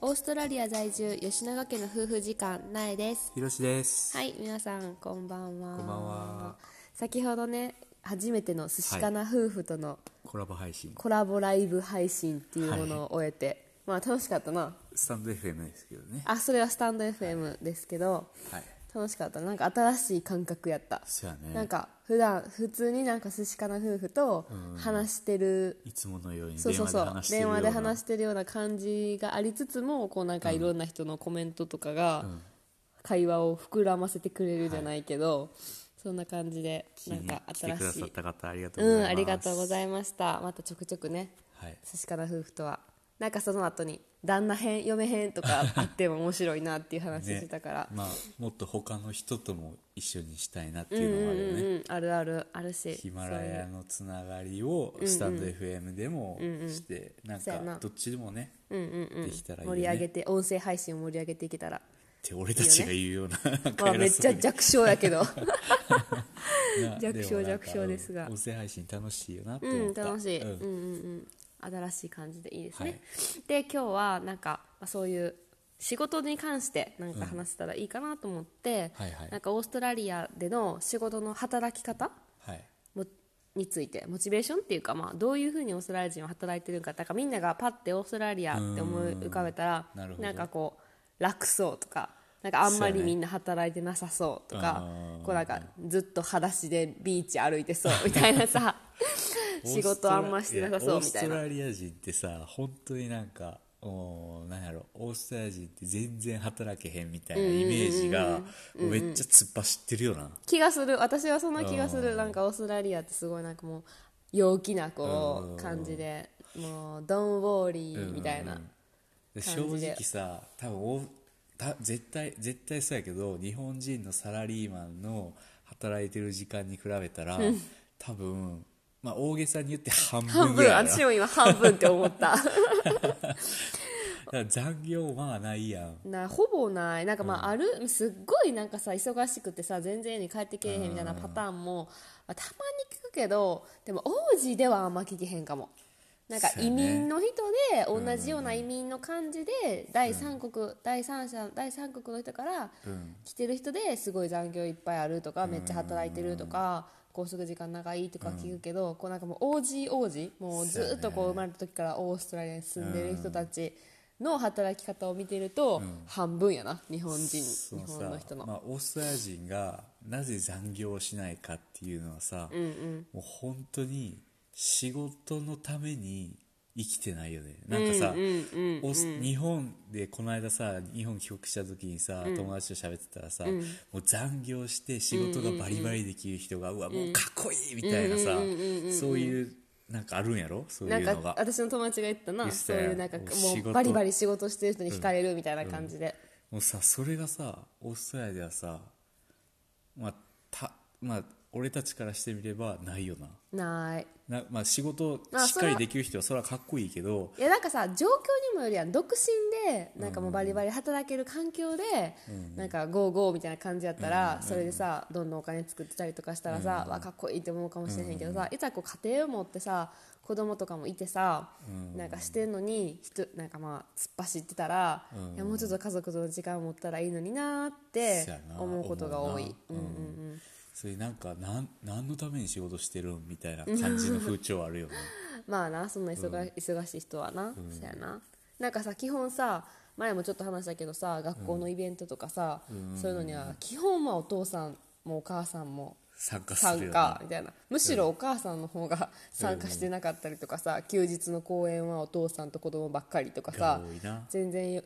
オーストラリア在住吉永家の夫婦時間なえですひろしです。はい皆さんこんばんはこんばんは先ほどね初めての寿司かな夫婦とのコラボ配信。コラボライブ配信っていうものを終えて、まあ楽しかったなスタンド FM ですけどね。あそれはスタンド FM ですけど、はい。楽しかったなんか新しい感覚やったそうやね。なんか普段普通になんか寿司かな夫婦と話してる、いつものようにそう電そう話でそう話してる電ような。話で話してるような感じがありつつもこうなんかいろんな人のコメントとかが会話を膨らませてくれるじゃないけど、そんな感じで聞ないんにか来て新くだしさっいた方ありがとううございます。んありがとうございましたまたちょくちょくねはい。寿司かな夫婦とはなんかその後に旦那編嫁編とかあっても面白いなっていう話してたから、まあもっと他の人とも一緒にしたいなっていうのもあるよね。うんうん、あるあるあるしヒマラヤのつながりをスタンド FM でもして、なんそうやなかどっちでもね、できたらいいよ盛り上げね。て音声配信を盛り上げていけた ら、って俺たちが言うような、 なんまかあ、めっ偉ちそうゃに弱小やけど弱小なでもなんか弱小ですがうん音声配信楽しいよなってう思っんた。楽しい、ううんんうんうん、新しい感じでいいですね、はいで今日はなんかまあそういう仕事に関してなんか話せたらいいかなと思って、はいはいなんかオーストラリアでの仕事の働き方はい。もについてモチベーションっていうか、まあ、どういうふうにオーストラリア人は働いてるのかだからみんながパッてオーストラリアって思い浮かべたらうんなるほどんかこう楽そうとかなんかあんまそうりやねみんな働いてなさそうとかうんこうなんかずっと裸足でビーチ歩いてそうみたいなさ仕事あんましてなさそうみたいオーストなラリア人ってさ本当になんかおーなんやろオーストラリア人って全然働けへんみたいなイメージがめっちゃ突っ走ってるよな、気がする私はそんな気がするなんかオーストラリアってすごいなんかもう陽気なこう感じでもう「ドン・ウォーリー」みたいな。で感正じで直さ多分おた絶対絶対そうやけど日本人のサラリーマンの働いてる時間に比べたら、多分まあ大げさに言って半分半ぐ分らいやな私も今半分って思っただから残業まあないやんなほぼないなんかまあある、すっごいなんかさ忙しくてさ全然家に帰ってけえへんみたいなパターンもまあたまに聞くけどでも王子ではあんま聞けへんかもなんかそう移やね民の人で同じような移民の感じで第三国、第三者第三国の人からうん来てる人ですごい残業いっぱいあるとかめっちゃ働いてるとか拘束時間長いとか聞くけど、こうなんかもう王子王子もうそうやずねっとこう生まれた時からオーストラリアに住んでる人たちの働き方を見てると、半分やな日本人そ日のさ本の人の、まあ、オーストラリア人がなぜ残業をしないかっていうのはさ、もう本当に仕事のために生きてないよねなんかさ、オース日本でこの間さ日本帰国した時にさ、友達と喋ってたらさ、もう残業して仕事がバリバリできる人が、うわもうかっこいいみたいなさ、そういうなんかあるんやろそうないんうのかが私の友達が言ったな言ってそたうやんいうなんかももう仕事うバリバリ仕事してる人に惹かれるみたいな感じで、もうさそれがさオーストラリアではさまあたまあ俺たちからしてみればないよなないな、まあ、仕事まあしっかりできる人はそれはかっこいいけどいやなんかさ状況にもよるやん独身でなんかもうバリバリ働ける環境で、なんかゴーゴーみたいな感じやったら、それでさどんどんお金作ってたりとかしたらさ、わかっこいいって思うかもしれへんけどさ、いざこう家庭を持ってさ子供とかもいてさ、なんかしてんのにひとなんかまあ突っ走ってたら、いやもうちょっと家族との時間を持ったらいいのになーってそうやな思うことが多い。思うんうんうんそれなんかなん何のために仕事してるんみたいな感じの風潮あるよねまあなそんな忙,、忙しい人はな、そやななんかさ基本さ前もちょっと話したけどさ学校のイベントとかさ、そういうのには基本はお父さんもお母さんも参加するよ参ね加みたいなむしろお母さんの方が参加してなかったりとかさ、休日の公演はお父さんと子供ばっかりとかさが多いな全然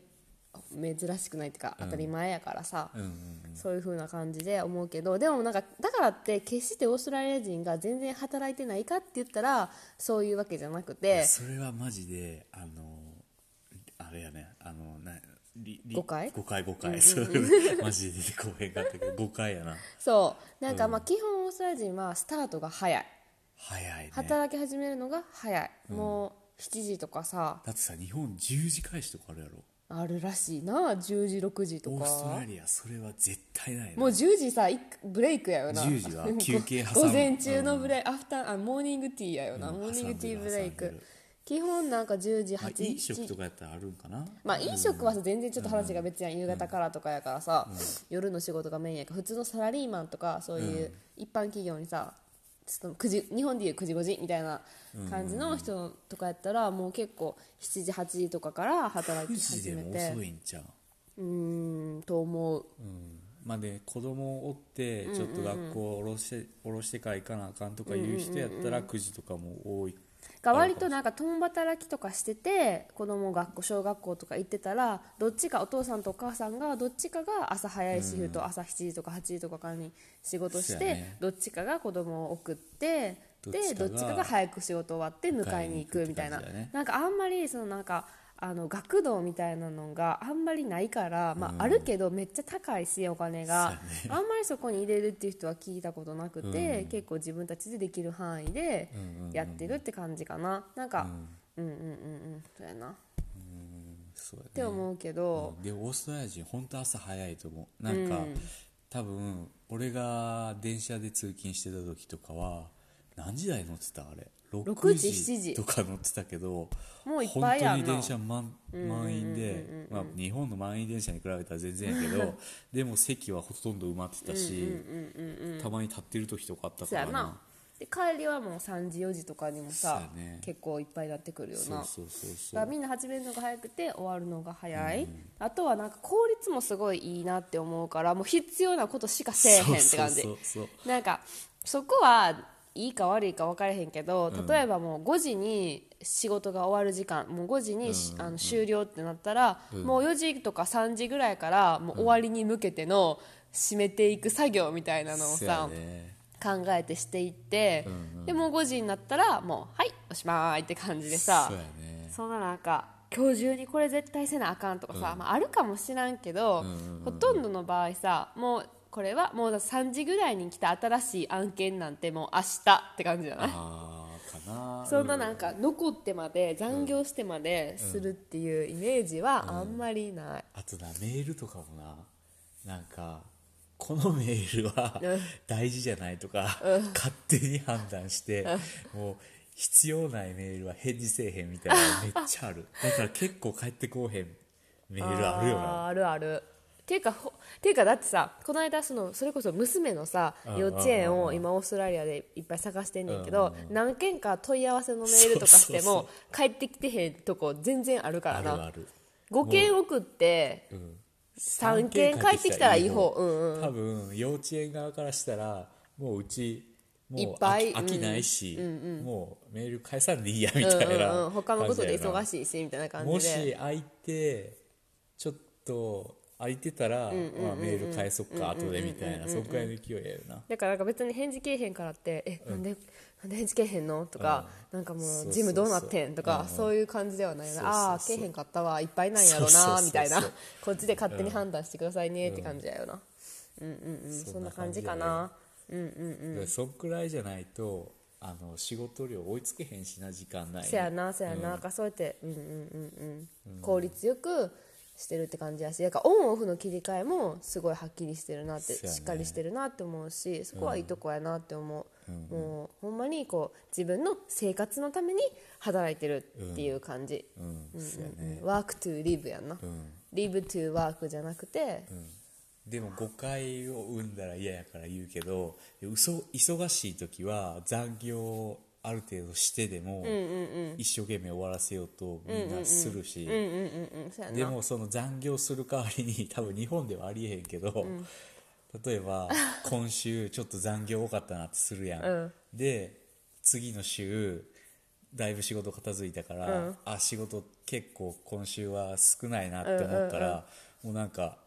珍しくないっていうか当たり前やからさ、うんうんそういう風な感じで思うけどでもなんかだからって決してオーストラリア人が全然働いてないかって言ったらそういうわけじゃなくてそれはマジであのあれやねあのなりり誤解誤解誤解そう マジで出てこへんかったけど誤解やなそうなんかまあ基本オーストラリア人はスタートが早い早いねだ働き始めるのが早い、もう7時とかさってさ日本10時開始とかあるやろあるらしいな10時6時とオーストかラリアそれは絶対ないなもう10時さいブレイクやよな10 時は休憩挟む午前中のブレイク、アフターあモーニングティーやよな、モーニングティーブレイ挟んでクる基本なんか10時ま8あ、時、飲食とかやったらあるんかなまあ飲食はさ全然ちょっと話が別やん夕方からとかやからさ、夜の仕事がメインやから普通のサラリーマンとかそういう一般企業にさちょっと9時日本でいう9時5時みたいな感じの人とかやったらもう結構7時8時とかから働9き時始でめもて遅いんちゃううーんと思うまあで子供を追ってちょっと学校を下ろして,、下ろしてから行かなあかんとかいう人やったら9時とかも多いが割となんか共働きとかしてて子供学校小学校とか行ってたらどっちかお父さんとお母さんがどっちかが朝早いシフト、朝7時とか8時とかからに仕事しそて、うやねどっちかが子供を送ってどっでちかどがっちかが早く仕事終わって迎えに行くみたいな、迎えに行くって感じだねなんかあんまりそのなんかあの学童みたいなのがあんまりないから、まあ、あるけどめっちゃ高いしお金が、あんまりそこに入れるっていう人は聞いたことなくて、結構自分たちでできる範囲でやってるって感じかななんか、うん、うんうんうんそうやなっそうやねて思うけど、でオーストラリア人本当朝早いと思うなんか、多分俺が電車で通勤してた時とかは何時台乗ってたあれ6 6時時7時とか乗ってたけどもういっぱいやんな本当に電車満満員で、まあ、日本の満員電車に比べたら全然やけどでも席はほとんど埋まってたし、たまに立ってる時とかあっそたうかやらなで帰りはもう3時4時とかにもさ、そうやね結構いっぱいになってくるよなそうそうそうそだからうみんな始めるのが早くて終わるのが早い、あとはなんか効率もすごいいいなって思うからもう必要なことしかせえへんって感じそうそうそうなんかそこはいいか悪いか分からへんけど例えばもう5時に仕事が終わる時間もう5時にし、あの終了ってなったら、もう4時とか3時ぐらいからもう終わりに向けての締めていく作業みたいなのをそうやさ、ね考えてしていって、でもう5時になったらもうはいおしまいって感じでさそうやねそんななんか今日中にこれ絶対せなあかんとかさ、まあ、あるかもしらんけど、ほとんどの場合さもうこれはもう3時ぐらいに来た新しい案件なんてもう明日って感じじゃないああかなそんななんか残ってまで残業してまでするっていうイメージはあんまりない、あとなメールとかもななんかこのメールは大事じゃないとか、勝手に判断して、もう必要ないメールは返事せえへんみたいなめっちゃあるだから結構返ってこうへんメールあるよあーなあるあるていうかほていうかだってさこの間そのそれこそ娘のさん幼稚園を今オーストラリアでいっぱい探してんねんけど何件か問い合わせのメールとかしてそうも帰ってきてへんとこ全然あるからあるなある5件送って3件帰ってきたらいい方うんうん多分幼稚園側からしたらもううちもういっぱい飽き飽きないし、もうメール返さんでいいやみたいな感じやうな、んうん他のことで忙しいしみたいな感もじでし空いてちょっと空いてたら、まあ、メール返そっか後でみたいなそんくらいの勢いやよなだからなんか別に返事けえへんからって「えなんでなんで返事けえへんの?」とか「なんかもそうそううジムどうなってん?」とかそういう感じではないそなうそうそうああーけえへんかったわいっぱいなんやろそうそうそうなそうみたいなこっちで勝手に判断してくださいねって感じだよなうんうんうんそんな感じかなでそんくらいじゃないとあの仕事量追いつけへんしな時間ないせやなせやななんかそうやってうんうんうんうん効率よくしてるって感じやしだからオンオフの切り替えもすごいはっきりしてるなってせやねしっかりしてるなって思うしそこはいいとこやなって思う、もうほんまにこう自分の生活のために働いてるっていう感じ、うんそうやねワークトゥーリブやんな、んリブトゥーワークじゃなくて、でも誤解を生んだら嫌やから言うけど嘘忙しい時は残業をある程度してでも、一生懸命終わらせようとみんなするし、うんうん、そうやなでもその残業する代わりに 多分日本ではありえへんけど、例えば今週ちょっと残業多かったなってするやん、で次の週だいぶ仕事片付いたから、あ仕事結構今週は少ないなって思ったら、もうなんか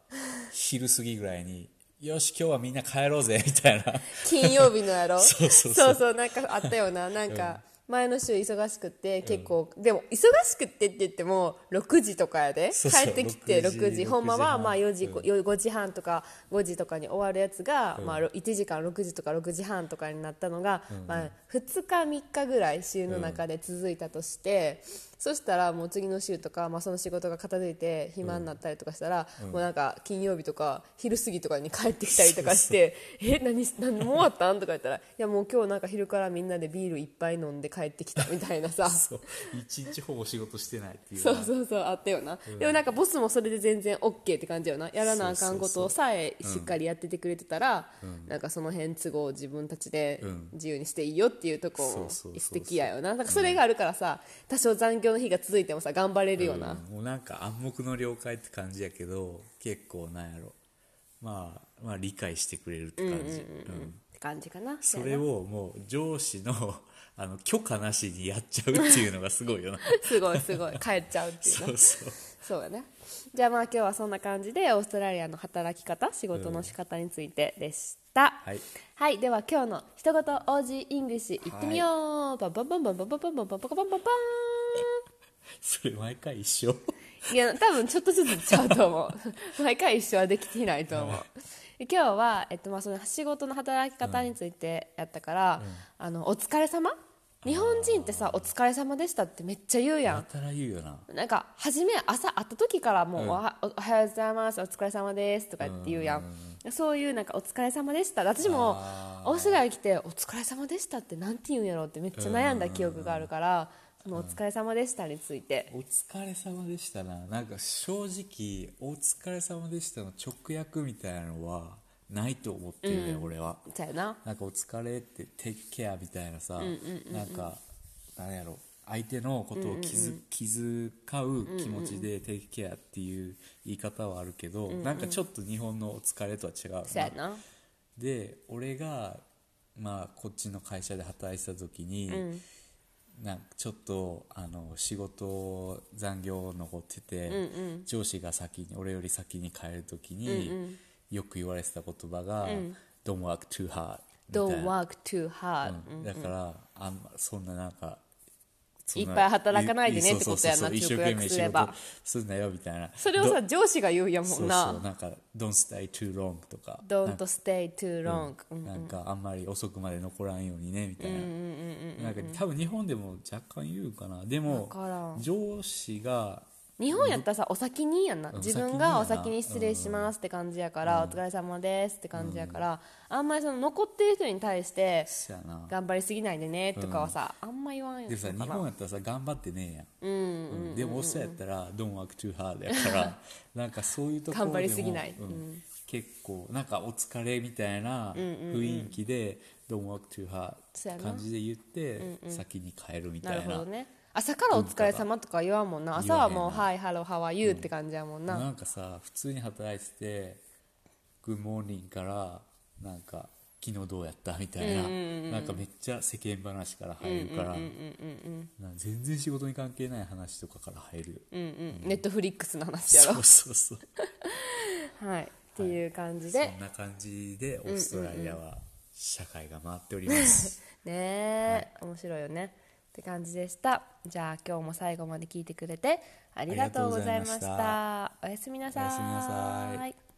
昼過ぎぐらいに「よし今日はみんな帰ろうぜ」みたいな金曜日のやろ そうそうそうそうなんかあったよななんか前の週忙しくって結構、でも忙しくってって言っても6時とかやでそうそう帰ってきて6 6時時ほんまはまあ4時、う5時半とか5時とかに終わるやつが、まあ、1時間6時とか6時半とかになったのが、まあ、2日3日ぐらい週の中で続いたとして、そしたらもう次の週とか、まあ、その仕事が片付いて暇になったりとかしたら、もうなんか金曜日とか昼過ぎとかに帰ってきたりとかして「 え何何もう終わったん?」とか言ったら「いやもう今日なんか昼からみんなでビールいっぱい飲んで帰ってきた」みたいな さ そう一日ほぼ仕事してないっていうそうそうそうあったよな、でもなんかボスもそれで全然 OK って感じよなやらなあかんことをさえしっかりやっててくれてたら、なんかその辺都合を自分たちでん自由にしていいよっていうとこそうもそうそうそう素敵やよななんかそれがあるからさ、多少残業の日が続いてもさ頑張れるような、うんもうなんか暗黙の了解って感じやけど結構なんやろ、まあ、まあ理解してくれるって感じ、うんって感じかなそれをもう上司の あの許可なしにやっちゃうっていうのがすごいよな すごいすごい帰っちゃうっていうなそうそうそうだねじゃあまあ今日はそんな感じでオーストラリアの働き方仕事の仕方についてでした、はいはいでは今日の一言 OG イングリッシュいってみよう、バンバンバンバンバンバンバンバンバンバンバンバンバそれ毎回一緒ンいや多分ちょっとずつちゃうと思う毎回一緒はできていないと思う今日は、えっと、まあその仕事の働き方についてやったから、あのお疲れ様日本人ってさ「お疲れ様でした」ってめっちゃ言うやんやたら言うよななんか初め朝会った時からもう、おはおおはようございますお疲れ様ですとかって言うやん、そういうなんかお疲れ様でした私もあオーストラリアに来てお疲れ様でしたってなんて言うんやろうってめっちゃ悩んだ記憶があるから、そのお疲れ様でしたについて、お疲れ様でしたななんか正直「お疲れ様でした」の直訳みたいなのはないと思ってるね、俺はじゃあななんか「お疲れ」って「テイクケア」みたいなさ、なんかなんやろ相手のことを気づ,、気遣う気持ちで「テイクケア」っていう言い方はあるけど、なんかちょっと日本の「お疲れ」とは違うなそうやなで俺が、まあ、こっちの会社で働いてた時に、なんかちょっとあの仕事残業残ってて、上司が先に俺より先に帰る時に、よく言われてた言葉が「Don't work too hard」 「みたい Don't な、 work too hard、うんだからあんまそんななんかそんいっぱい働かないでねってことやなそうそうそう一生直懸訳命す仕れば事すんなよみたいなそれをさ上司が言うやもんなそうそうなんか「Don't stay too long」とか Don't stay too long、うんなんかあんまり遅くまで残らんようにねみたいななんか多分日本でも若干言うかなでもわからん上司が日本やったらさお先にやんなうん自分がおお先にやな先に失礼しますって感じやから、お疲れ様ですって感じやから、あんまりその残ってる人に対してそうやな頑張りすぎないでねとかはさ、あんま言わんよでもさ日本やったらさ頑張ってねえやんうんでもおっさんやったら「Don't work too hard」やからなんかそういうところでも頑張りすぎないうん結構なんかお疲れみたいな雰囲気で「Don't work too hard そうや」な感じで言って先に帰るみなたるいほなどね朝からお疲れ様とか言わんもんな朝はもう「言わはいハローハワイユー」って感じやもんな、なんかさ普通に働いてて「グッモーニング」からなんか「昨日どうやった?」みたいな、なんかめっちゃ世間話から入るから、なんか全然仕事に関係ない話とかから入る、ネットフリックスの話やろそうそうそうはいっていう感じで、そんな感じでオーストラリアは社会が回っております、ねえ、面白いよねって感じでしたじゃあ今日も最後まで聞いてくれてありがとうございましたありがとうございまおやすみなさいおやすみなさい